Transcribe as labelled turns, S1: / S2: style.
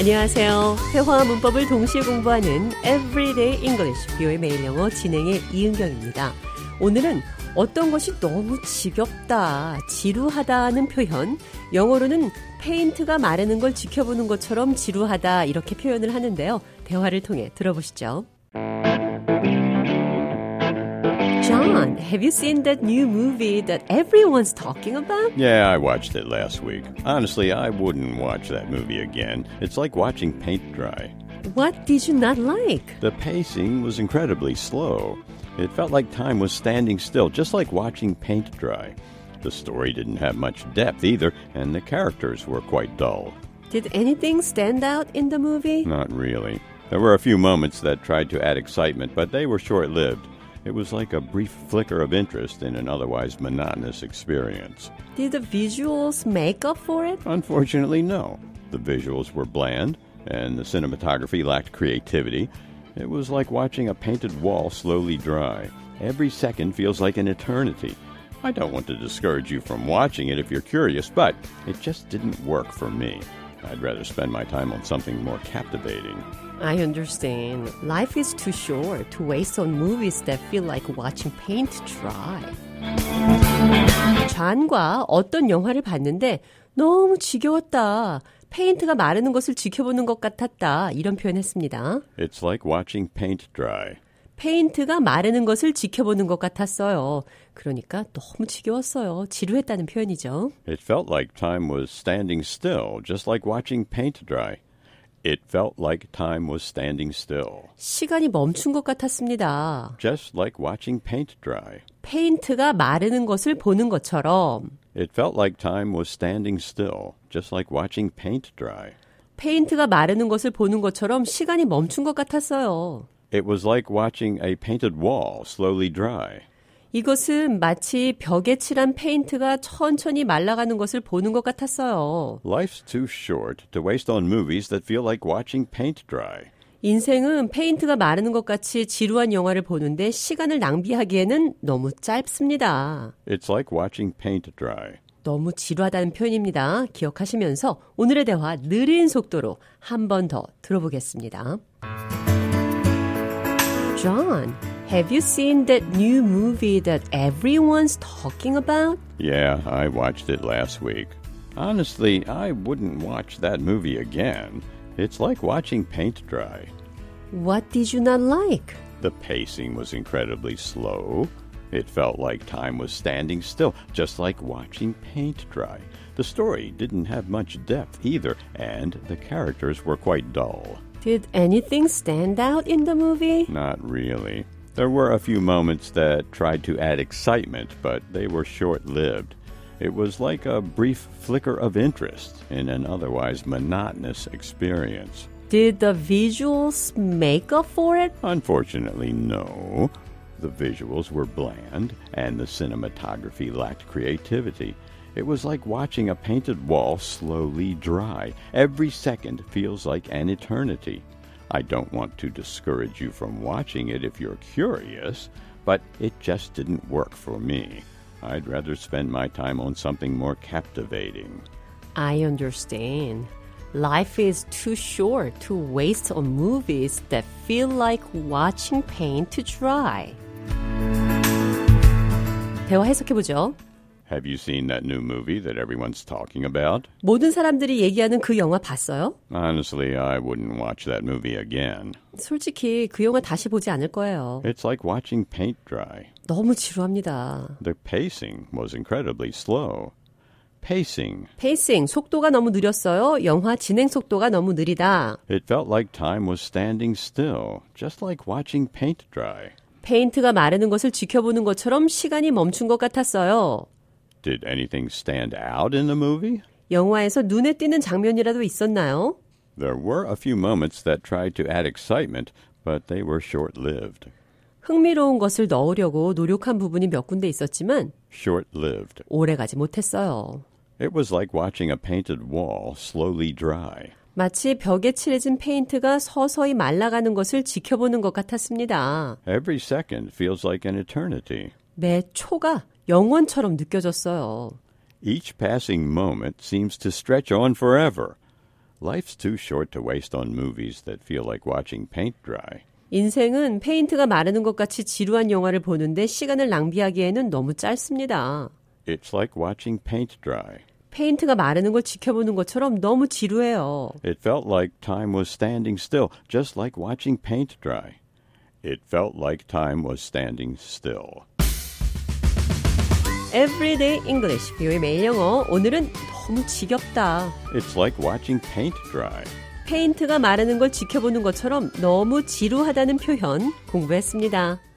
S1: 안녕하세요. 회화와 문법을 동시에 공부하는 Everyday English 비오의 매일 영어 진행의 이은경입니다. 오늘은 어떤 것이 너무 지겹다, 지루하다는 표현, 영어로는 페인트가 마르는 걸 지켜보는 것처럼 지루하다 이렇게 표현을 하는데요. 대화를 통해 들어보시죠. John, have you seen that new movie that everyone's talking about?
S2: Yeah, I watched it last week. Honestly, I wouldn't watch that movie again. It's like watching paint dry.
S1: What did you not like?
S2: The pacing was incredibly slow. It felt like time was standing still, just like watching paint dry. The story didn't have much depth either, and the characters were quite dull.
S1: Did anything stand out in the movie?
S2: Not really. There were a few moments that tried to add excitement, but they were short lived. It was like a brief flicker of interest in an otherwise monotonous experience.
S1: Did the visuals make up for it?
S2: Unfortunately, no. The visuals were bland, and the cinematography lacked creativity. It was like watching a painted wall slowly dry. Every second feels like an eternity. I don't want to discourage you from watching it if you're curious, but it just didn't work for me. I'd rather spend my time on something more captivating.
S1: I understand. Life is too short to waste on movies that feel like watching paint dry. 잔과 어떤 영화를 봤는데 너무 지겨웠다. 페인트가 마르는 것을 지켜보는 것 같았다. 이런 표현했습니다.
S2: It's like watching paint dry.
S1: 페인트가 마르는 것을 지켜보는 것 같았어요. 그러니까 너무 지겨웠어요. 지루했다는 표현이죠.
S2: It felt like time was standing still, just like watching paint dry. It felt like time was standing still,
S1: 시간이 멈춘 것 같았습니다.
S2: just like watching paint dry.
S1: 페인트가 마르는 것을 보는 것처럼
S2: It felt like time was standing still, just like watching paint dry.
S1: 페인트가 마르는 것을 보는 것처럼 시간이 멈춘 것 같았어요.
S2: It was like watching a painted wall slowly dry.
S1: 이것은 마치 벽에 칠한 페인트가 천천히 말라가는 것을 보는 것 같았어요.
S2: Life's too short to waste on movies that feel like watching paint dry.
S1: 인생은 페인트가 마르는 것 같이 지루한 영화를 보는데 시간을 낭비하기에는 너무 짧습니다.
S2: It's like watching paint dry.
S1: 너무 지루하다는 표현입니다. 기억하시면서 오늘의 대화 느린 속도로 한 번 더 들어보겠습니다. John, have you seen that new movie that everyone's talking about?
S2: Yeah, I watched it last week. Honestly, I wouldn't watch that movie again. It's like watching paint dry.
S1: What did you not like?
S2: The pacing was incredibly slow. It felt like time was standing still, just like watching paint dry. The story didn't have much depth either, and the characters were quite dull.
S1: Did anything stand out in the movie?
S2: Not really. There were a few moments that tried to add excitement, but they were short lived. It was like a brief flicker of interest in an otherwise monotonous experience.
S1: Did the visuals make up for it?
S2: Unfortunately, no. The visuals were bland, and the cinematography lacked creativity. It was like watching a painted wall slowly dry. Every second feels like an eternity. I don't want to discourage you from watching it if you're curious, but it just didn't work for me. I'd rather spend my time on something more captivating.
S1: I understand. Life is too short to waste on movies that feel like watching paint to dry. 대화 해석해보죠.
S2: Have you seen that new movie that everyone's talking about?
S1: 모든 사람들이 얘기하는 그 영화 봤어요?
S2: Honestly, I wouldn't watch that movie again.
S1: 솔직히 그 영화 다시 보지 않을 거예요.
S2: It's like watching paint dry.
S1: 너무 지루합니다.
S2: The pacing was incredibly slow. Pacing.
S1: 페이싱, 속도가 너무 느렸어요. 영화 진행 속도가 너무 느리다.
S2: It felt like time was standing still, just like watching paint dry.
S1: 페인트가 마르는 것을 지켜보는 것처럼 시간이 멈춘 것 같았어요.
S2: Did anything stand out in the movie?
S1: 영화에서 눈에 띄는 장면이라도 있었나요?
S2: There were a few moments that tried to add excitement, but they were short lived.
S1: 흥미로운 것을 넣으려고 노력한 부분이 몇 군데 있었지만
S2: Short lived.
S1: 오래가지 못했어요.
S2: It was like watching a painted wall slowly dry.
S1: 마치 벽에 칠해진 페인트가 서서히 말라가는 것을 지켜보는 것 같았습니다.
S2: Every second feels like an eternity.
S1: 매 초가 영원처럼 느껴졌어요.
S2: Each passing moment seems to stretch on forever. Life's too short to waste on movies that feel like watching paint dry.
S1: 인생은 페인트가 마르는 것 같이 지루한 영화를 보는데 시간을 낭비하기에는 너무 짧습니다.
S2: It's like watching paint dry.
S1: 페인트가 마르는 걸 지켜보는 것처럼 너무 지루해요.
S2: It felt like time was standing still, just like watching paint dry. It felt like time was standing still.
S1: Everyday English, 비오의 매일 영어. 오늘은 너무 지겹다.
S2: It's like watching paint dry.
S1: 페인트가 마르는 걸 지켜보는 것처럼 너무 지루하다는 표현 공부했습니다.